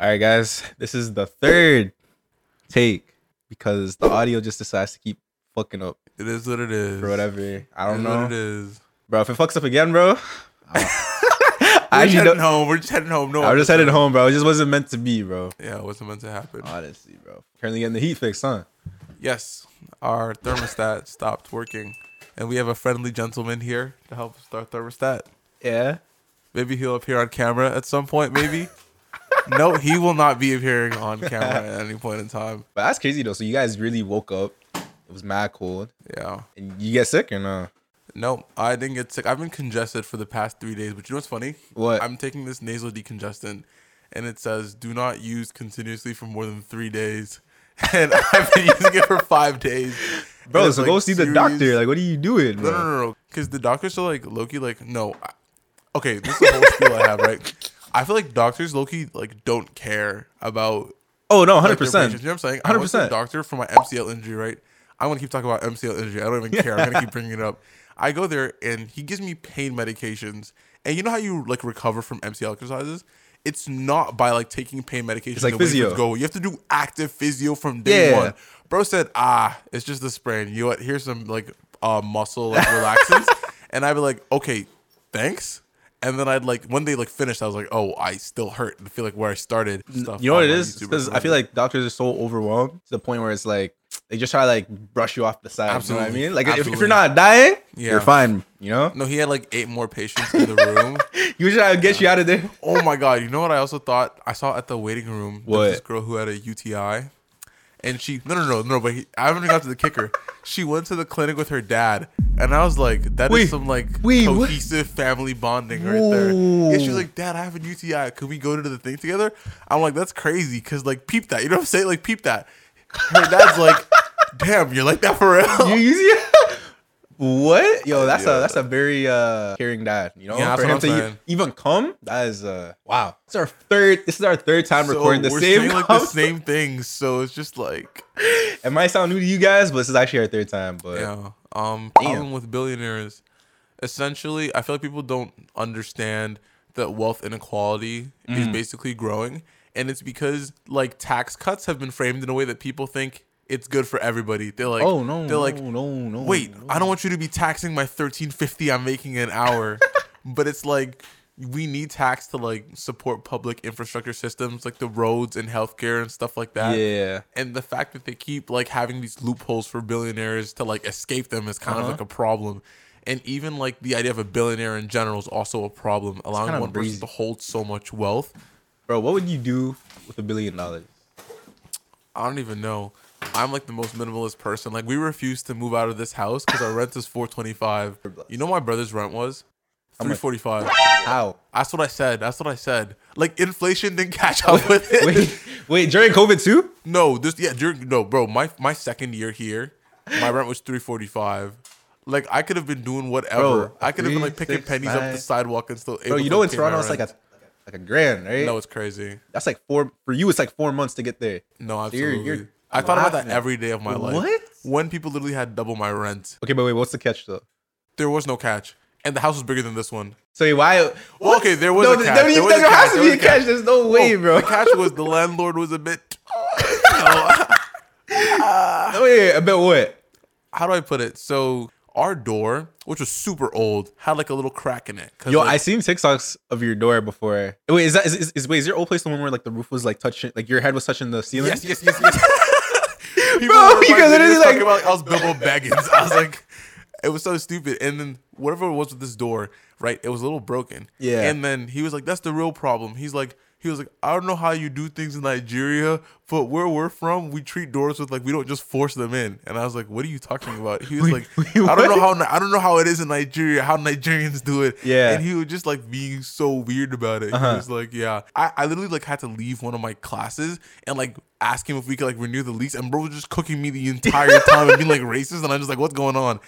All right, guys, this is the third take because the audio just decides to keep fucking up It is what it is. or whatever. I It don't is What know, it is. bro. If it fucks up again, bro, I We're just actually heading don't. home. We're just heading home. No, I was just headed home, bro. It just wasn't meant to be, bro. Yeah, what's meant to happen? Honestly, bro. Currently getting the heat fixed, huh? yes, our thermostat stopped working, and we have a friendly gentleman here to help us with our thermostat. Yeah. Maybe he'll appear on camera at some point. Maybe. no, he will not be appearing on camera at any point in time. But that's crazy though. So you guys really woke up. It was mad cold, Yeah. and you get sick or no? No, I didn't get sick. I've been congested for the past three days. But you know what's funny? What? I'm taking this nasal decongestant, and it says do not use continuously for more than three days. And I've been using it for five days. Bro, And it's, so like, go see the serious- doctor. Like, what are you doing, bro? no, no, no, no. Because the doctors are like Loki. Like, no. I- okay, this is the whole spiel I have. Right. I feel like doctors Loki like don't care about Oh no, hundred like, their patients. percent. You know what I'm saying? I went to the 100%. doctor for my MCL injury, right? I'm gonna keep talking about MCL injury. I don't even care. I'm gonna keep bringing it up. I go there and he gives me pain medications. And you know how you like recover from MCL exercises? It's not by like taking pain medications. like and waiting for it to physio. Go. You have to do active physio from day Yeah. one. Bro said, ah, it's just a sprain. You know what? Here's some like uh, muscle like relaxants. and I'd be like, okay, thanks. And then I'd like when they like finished, I was like, oh, I still hurt. I feel like where I started. Stuff You know what on it my is? YouTube Because I recommended. feel like doctors are so overwhelmed to the point where it's like they just try to like brush you off the side. You know what Absolutely. I mean? Like if, if Absolutely. you're not dying, Yeah. you're fine. You know? No, he had like eight more patients in the room. You just try to get you out of there. oh my god! You know what? I also thought I saw at the waiting room there was What? this girl who had a UTI, and she no no no no. But he, I haven't even got to the kicker. She went to the clinic with her dad, and I was like, that is Wait, some like wait, what? cohesive family bonding right there. Yeah, she was like, Dad, I have a UTI. Could we go to the thing together? I'm like, that's crazy, cause like peep that. You know what I'm saying? Like peep that. Her dad's like, damn, you're like that for real. You easy? what? Yo, that's Yeah. a that's a very uh caring dad. You know, Yeah, that's for what him I'm to e- saying. even come, that is uh wow. It's our third. This is our third time So recording the we're same. saying like the convo- same things, so it's just like It might sound new to you guys, but this is actually our third time. But Yeah. Um Damn. problem with billionaires essentially I feel like people don't understand that wealth inequality is Mm. basically growing and it's because like tax cuts have been framed in a way that people think it's good for everybody. They're like oh no, they're like no, no, no. wait, no. I don't want you to be taxing my 1350 I'm making an hour. but it's like we need tax to like support public infrastructure systems like the roads and healthcare and stuff like that Yeah. and the fact that they keep like having these loopholes for billionaires to like escape them is kind Uh-huh. of like a problem and even like the idea of a billionaire in general is also a problem allowing kinda one breezy. person to hold so much wealth Bro, what would you do with a billion dollars? i don't even know i'm like the most minimalist person like we refuse to move out of this house because our rent is 425 you know what my brother's rent was much? 345 How? that's what i said that's what i said like inflation didn't catch up with it Wait, wait, during COVID too? No, this yeah, during no, bro. My my second year here, my rent was three forty five. Like I could have been doing whatever. Bro, I could have been three, like picking six, pennies up nine. the sidewalk and still. Bro, you know in Toronto it's like a like a grand, right? no, it's crazy. That's like four for you. It's like four months to get there. No, So you're- absolutely. you're I thought about that laughing. every day of my life. What? When people literally had double my rent, Okay, but wait, what's the catch though? there was no catch, and the house was bigger than this one. So why? Well, okay, there was no, a catch. There, There was there a has catch. to There be was a a catch. catch. There's no way, Oh, bro. The catch was the landlord was a bit. you know, Oh, wait, I bet what? how do I put it? So our door, which was super old, had like a little crack in it. 'cause, Yo, like, I seen TikToks of your door before. Wait, is that is, is, is wait is your old place the one where like the roof was like touching, like your head was touching the ceiling? Yes, yes, yes, yes. People Bro, were you guys like, literally literally talking like- about like, I was Bilbo Baggins. I was like, it was so stupid. And then whatever it was with this door, right? It was a little broken. Yeah. And then he was like, "That's the real problem." He's like, he was like, "I don't know how you do things in Nigeria, but where we're from, we treat doors with like we don't just force them in." And I was like, "What are you talking about?" He was Wait, like, wait, "I don't know what?" how I don't know how it is in Nigeria, how Nigerians do it." Yeah. And he was just like being so weird about it. He Uh-huh. was like, yeah. I, I literally like had to leave one of my classes and like ask him if we could like renew the lease. And bro was just cooking me the entire time and being like racist. And I'm just like, what's going on?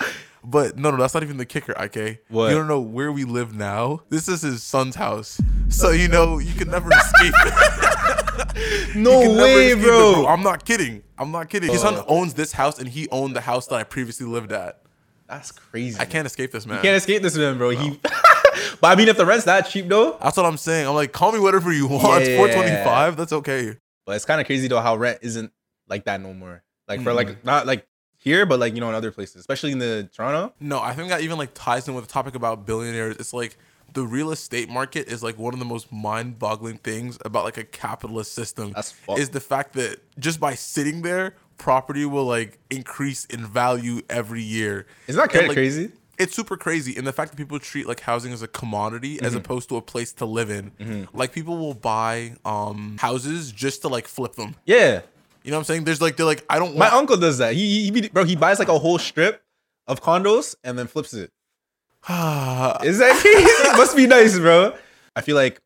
But no, no, that's not even the kicker, IK. What? You don't know where we live now. This is his son's house. So you know you can never escape. it. You No can never way, escape it, bro. I'm not kidding. I'm not kidding. His son Oh. owns this house and he owned the house that I previously lived at. That's crazy. I can't escape this man. Can't escape this man, bro. He but I mean, if the rent's that cheap though, That's what I'm saying. I'm like, call me whatever you want. Yeah. 425. That's okay. but it's kind of crazy though how rent isn't like that no more. Like for Mhm. like not like here, but like you know in other places, especially in the Toronto. No, I think that even like ties in with the topic about billionaires. It's like the real estate market is like one of the most mind-boggling things about like a capitalist system. That's fuck. is the fact that just by sitting there, property will like increase in value every year. Isn't that kind and, of like, crazy? It's super crazy, and the fact that people treat like housing as a commodity Mm-hmm. as opposed to a place to live in. Like people will buy um houses just to like flip them. Yeah, You know what I'm saying? There's like they're like I don't my want uncle does that. He, he, he be- bro, he buys like a whole strip of condos and then flips it. Is that crazy? Must be nice, bro. I feel like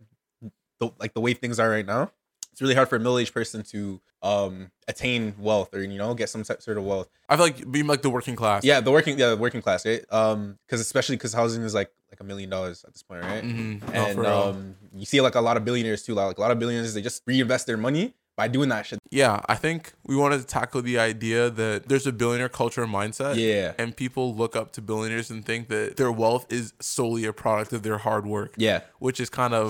the like the way things are right now, it's really hard for a middle aged person to um attain wealth or you know get some type- sort of wealth. I feel like being like the working class. Yeah, the working yeah the working class, right? Um, because especially because housing is like like a million dollars at this point, right? Mhm. No, for And real. um, you see like a lot of billionaires too. Like a lot of billionaires, they just reinvest their money by doing that shit. yeah, I think we wanted to tackle the idea that there's a billionaire culture and mindset. Yeah. And people look up to billionaires and think that their wealth is solely a product of their hard work. Yeah, Which is kind of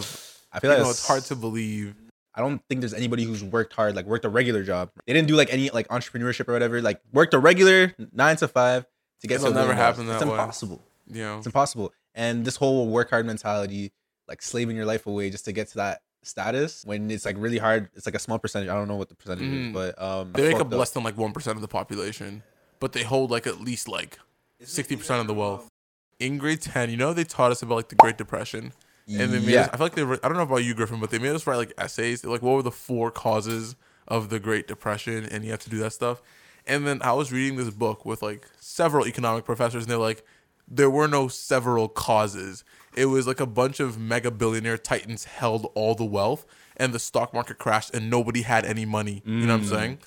I you feel like know, it's hard to believe. I don't think there's anybody who's worked hard, like worked a regular job. They didn't do like any like entrepreneurship or whatever. Like worked a regular nine to five to get It'll to a never million dollars. happen that It's way. impossible. You know. It's impossible. And this whole work hard mentality, like slaving your life away just to get to that status, when it's like really hard. It's like a small percentage. I don't know what the percentage Mm. is, but um, They make fucked up less than like one percent of the population, but they hold like at least like sixty percent of the wealth. In grade ten, you know they taught us about like the Great Depression, and they made Yeah. us, I feel like they were, I don't know about you Griffin, but they made us write like essays like what were the four causes of the Great Depression, and you have to do that stuff. And then I was reading this book with like several economic professors, and they're like, there were no several causes. It was like a bunch of mega billionaire titans held all the wealth, and the stock market crashed, and nobody had any money. You know what I'm saying?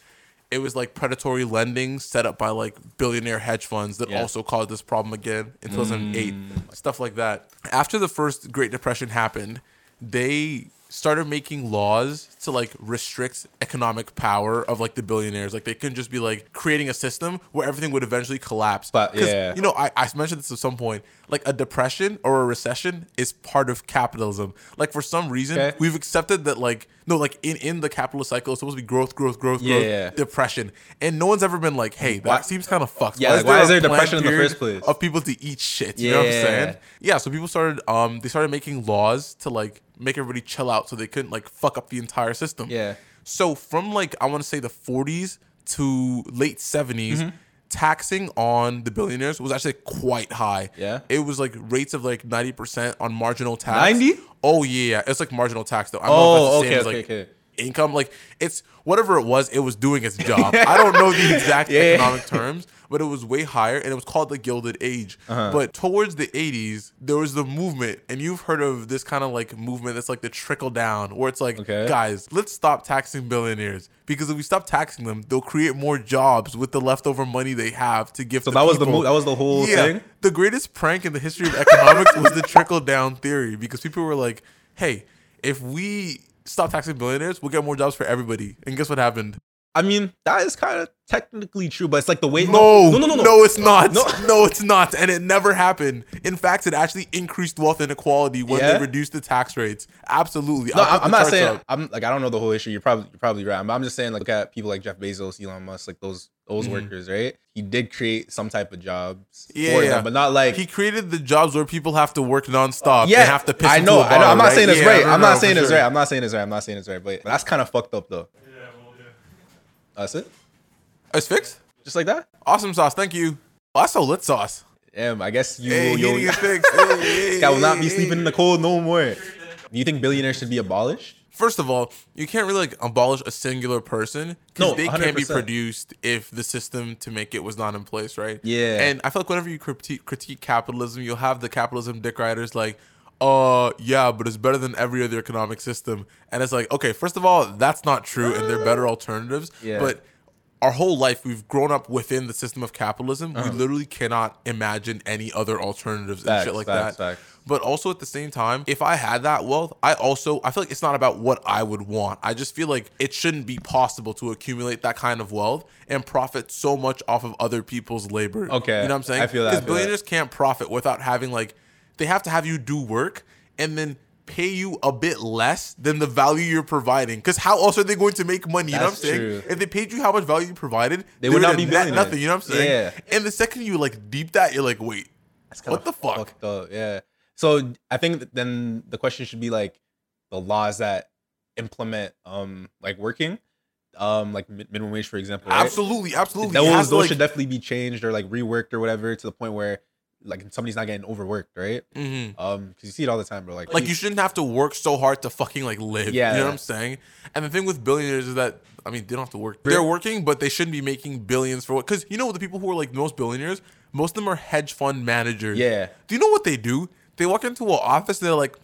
It was like predatory lending set up by like billionaire hedge funds that Yeah. also caused this problem again in 2008, Mm. stuff like that. After the first Great Depression happened, they started making laws to like restrict economic power of like the billionaires. Like they couldn't just be like creating a system where everything would eventually collapse. But, 'Cause, yeah. you know, I, I mentioned this at some point. Like a depression or a recession is part of capitalism. Like for some reason, Okay. we've accepted that like no, like in, in the capitalist cycle, it's supposed to be growth, growth, growth, Yeah, growth, yeah. depression. And no one's ever been like, hey, that Why- seems kind of fucked. Yeah, like, why is there planned depression in the period first place? Of people to eat shit. You know what I'm Yeah. saying? Yeah, so people started um they started making laws to like make everybody chill out so they couldn't like fuck up the entire system. Yeah. So from like I want to say the 40s to late 70s, Mm-hmm. taxing on the billionaires was actually quite high. Yeah. It was like rates of like 90% on marginal tax. 90? Oh yeah, it's like marginal tax though. I Oh, don't know if that's the same okay, as, okay, like, okay. income. Like it's whatever it was, it was doing its job. I don't know the exact Yeah. economic terms, but it was way higher and it was called the Gilded Age. Uh-huh. But towards the 80s, there was the movement, and you've heard of this kind of like movement that's like the trickle down, where it's like, Okay. guys, let's stop taxing billionaires because if we stop taxing them, they'll create more jobs with the leftover money they have to give. So to that was the people." mo- that was the whole thing. The greatest prank in the history of economics was the trickle down theory because people were like, hey, if we stop taxing billionaires, we'll get more jobs for everybody. And guess what happened? I mean, that is kind of technically true, but it's like the way. No, no, no, no, no. it's not. No. No. it's not. And it never happened. In fact, it actually increased wealth inequality when Yeah? they reduced the tax rates. Absolutely. No, I'll put I'm, the I'm not charts saying up. I'm like I don't know the whole issue. You're probably you're probably right. I'm, I'm just saying like look at people like Jeff Bezos, Elon Musk, like those those workers, right? He did create some type of jobs Mm-hmm. Yeah, for yeah. them, but not like He created the jobs where people have to work nonstop. yeah. and have to piss I into know, a I know. bar, I'm not saying it's Yeah, right. no, I'm no, not for saying it's sure. right. I'm not saying it's right. I'm not saying it's right. But, but that's kind of fucked up though. That's it. It's fixed. Just like that. Awesome sauce. Thank you. Also, lit sauce. Damn, I guess you Hey, you, you need to get fixed. Hey, hey, I will not hey, be sleeping in the cold no more. You think billionaires should be abolished? First of all, you can't really like abolish a singular person because No, they can't be 100%. produced if the system to make it was not in place, right? Yeah. And I feel like whenever you critique, critique capitalism, you'll have the capitalism dick riders like, uh, yeah, but it's better than every other economic system. And it's like, okay, first of all, that's not true, and there are better alternatives. Yeah. But our whole life we've grown up within the system of capitalism. Uh-huh. We literally cannot imagine any other alternatives and shit Facts, like facts, that. facts. But also at the same time, if I had that wealth, I also I feel like it's not about what I would want. I just feel like it shouldn't be possible to accumulate that kind of wealth and profit so much off of other people's labor. Okay, You know what I'm saying? I feel that, I feel that. billionaires can't profit without having like they have to have you do work and then pay you a bit less than the value you're providing. Because how else are they going to make money? you know what I'm That's saying? true. If they paid you how much value you provided, They would not have be net billionaires. nothing. You know what I'm saying? Yeah. And the second you like deep that, you're like, wait, That's What the fuck? fucked up, Yeah. So I think that then the question should be like the laws that implement um like working, um like mi- minimum wage for example. right? absolutely, absolutely. It Those, has to, those like- should definitely be changed or like reworked or whatever to the point where like somebody's not getting overworked, right? Mhm. Um, because you see it all the time, bro. Like, Like you shouldn't have to work so hard to fucking like live. Yeah. You know what I'm saying? And the thing with billionaires is that I mean they don't have to work. Bri- They're working, but they shouldn't be making billions for what because you know the people who are like most billionaires, most of them are hedge fund managers. Yeah. Do you know what they do? They walk into an office and they're like,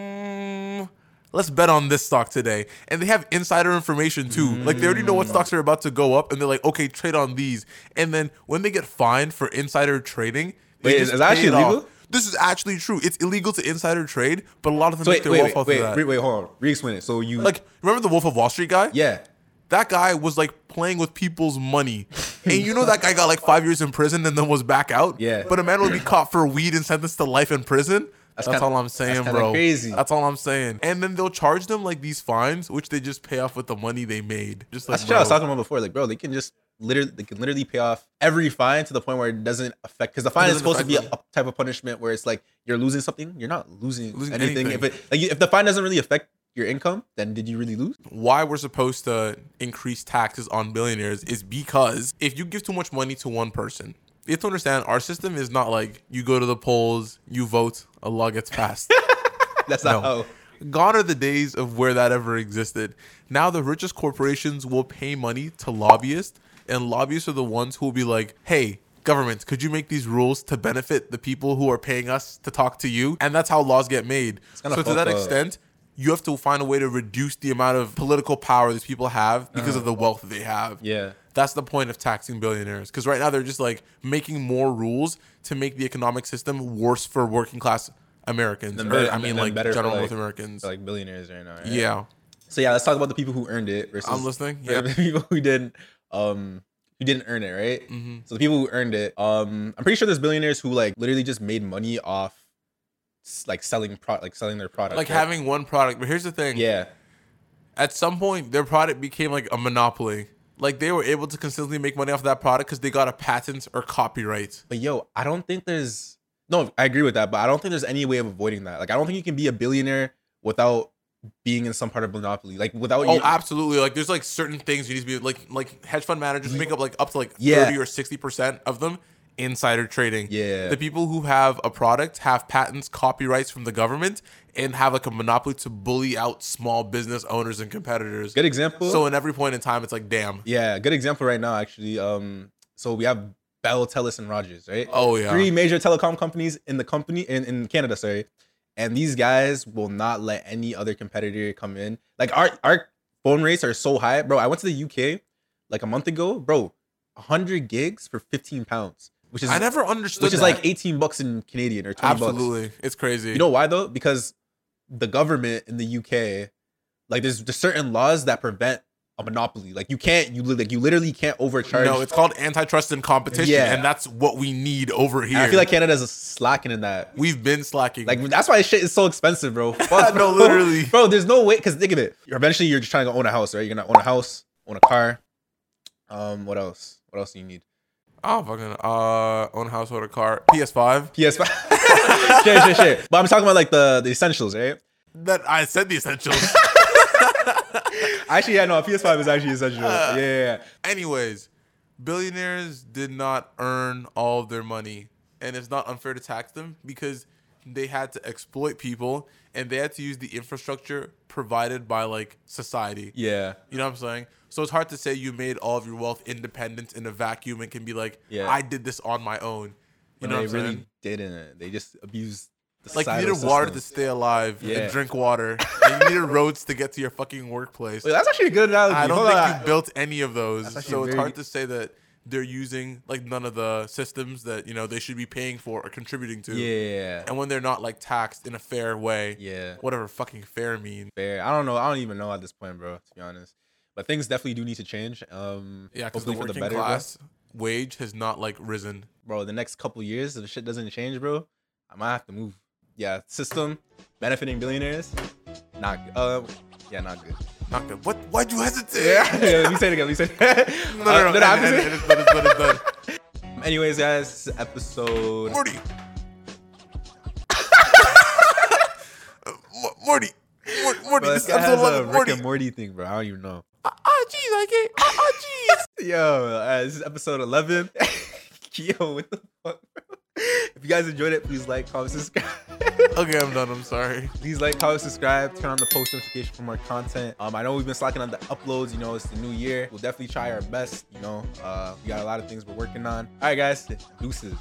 mm, let's bet on this stock today. And they have insider information too. Like they already know what stocks are about to go up and they're like, okay, trade on these. And then when they get fined for insider trading, they Wait, is- is that pay it actually off. illegal? This is actually true. It's illegal to insider trade, but a lot of them So make wait, their wait, wealth wait, off wait, of that. wait, wait, hold on. Re-explain it. So you like, remember the Wolf of Wall Street guy? yeah. That guy was like playing with people's money. And you know that guy got like five years in prison and then was back out? Yeah. But a man would be caught for weed and sentenced to life in prison? That's, kinda- all I'm saying, kinda bro. crazy. That's all I'm saying. And then they'll charge them like these fines, which they just pay off with the money they made. Just like That's what I was bro. talking about before. Like, bro, they can just literally they can literally pay off every fine to the point where it doesn't affect because the fine is doesn't supposed to be a, affect a type of punishment where it's like you're losing something, you're not losing, Losing anything. anything. If it like if the fine doesn't really affect your income, then did you really lose? why we're supposed to increase taxes on billionaires is because if you give too much money to one person, you have to understand our system is not like you go to the polls, you vote, a law gets passed. That's not No. how. Gone are the days of where that ever existed. Now the richest corporations will pay money to lobbyists, and lobbyists are the ones who will be like, hey, government, could you make these rules to benefit the people who are paying us to talk to you? And that's how laws get made. kinda So to that fucked up. extent, you have to find a way to reduce the amount of political power these people have because of the wealth they have. Uh-huh. Yeah. That's the point of taxing billionaires. Because right now they're just like making more rules to make the economic system worse for working class Americans. Then Or, better- I then mean, like better for, general like- North Americans. They're like billionaires right now. Right? yeah. So yeah, let's talk about the people who earned it versus I'm listening. Yeah. Yeah. The people who didn't um who didn't earn it, right? hmm So the people who earned it, um, I'm pretty sure there's billionaires who like literally just made money off s- like selling pro like selling their product. Like right? having one product. But here's the thing. yeah. At some point, their product became like a monopoly. Like they were able to consistently make money off that product because they got a patent or copyright. But yo, I don't think there's no, I agree with that, but I don't think there's any way of avoiding that. Like I don't think you can be a billionaire without being in some part of monopoly. Like without Oh, you, absolutely. Like there's like certain things you need to be like like hedge fund managers make up like up to like Yeah. 30 or 60% of them insider trading. Yeah. The people who have a product have patents, copyrights from the government and have like a monopoly to bully out small business owners and competitors. good example. So in every point in time it's like damn. yeah, good example right now actually. Um so we have Bell, Telus and Rogers, right? Oh yeah. Three major telecom companies in the company in, in Canada, sorry. And these guys will not let any other competitor come in. Like our our phone rates are so high, bro. I went to the UK like a month ago, bro. 100 gigs for 15 pounds, which is I never understood which is that. like 18 bucks in Canadian or 20 bucks. Absolutely, it's crazy. You know why though? Because the government in the UK, like there's, there's certain laws that prevent a monopoly. Like you can't, you li- like you literally can't overcharge. no, it's called antitrust and competition, Yeah. and that's what we need over here. And I feel like Canada's slacking in that. we've been slacking. Like that's why shit is so expensive, bro. Fuck, bro. No, literally. bro. There's no way because think of it. You're eventually you're just trying to own a house, right? You're gonna own a house, own a car. Um, what else? What else do you need? oh fucking uh, own a house, own a car, PS5. PS5. shit, shit, shit. But I'm talking about like the the essentials, right? That I said the essentials. Actually, yeah, no, PS5 is actually Uh. essential. yeah, yeah, yeah. Anyways, billionaires did not earn all of their money, and it's not unfair to tax them because they had to exploit people and they had to use the infrastructure provided by like society. Yeah. You know what I'm saying? So it's hard to say you made all of your wealth independent in a vacuum and can be like, Yeah. I did this on my own. You When know they what I'm really saying? didn't. They just abused the Like you societal needed water to system. stay alive Yeah. and drink water. and you needed roads to get to your fucking workplace. Wait, that's actually a good analogy. I don't Hold think on. you built any of those. actually So it's very- hard to say that they're using like none of the systems that, you know, they should be paying for or contributing to. Yeah. And when they're not like taxed in a fair way. Yeah. Whatever fucking fair means. fair. I don't know. I don't even know at this point, bro. To be honest, but things definitely do need to change. Um, Yeah, because the hopefully working bro. class wage has not like risen. bro. The next couple years, if the shit doesn't change, bro, I might have to move. yeah, system benefiting billionaires, not good. Uh, yeah, not good. Not good. What? Why'd you hesitate? Yeah, yeah let me say it again. Let me say it. No, no, no. Uh, did I have to end- say end- it? end- end- end- end- end- end- end- Anyways, guys, this is episode. Morty. Uh, Mo- Morty. Mor- Morty. Bro, This this guy has episode a 11. Rick Morty. and Morty thing, bro. I don't even know. Oh, jeez. I can't. Oh, jeez. Yo, uh, this is episode 11. Yo, what the fuck, bro? If you guys enjoyed it, please like, comment, subscribe. Okay, I'm done. I'm sorry. Please like, comment, subscribe, turn on the post notification for more content. Um, I know we've been slacking on the uploads. You know, it's the new year. We'll definitely try our best. You know, uh, we got a lot of things we're working on. All right, guys, deuces.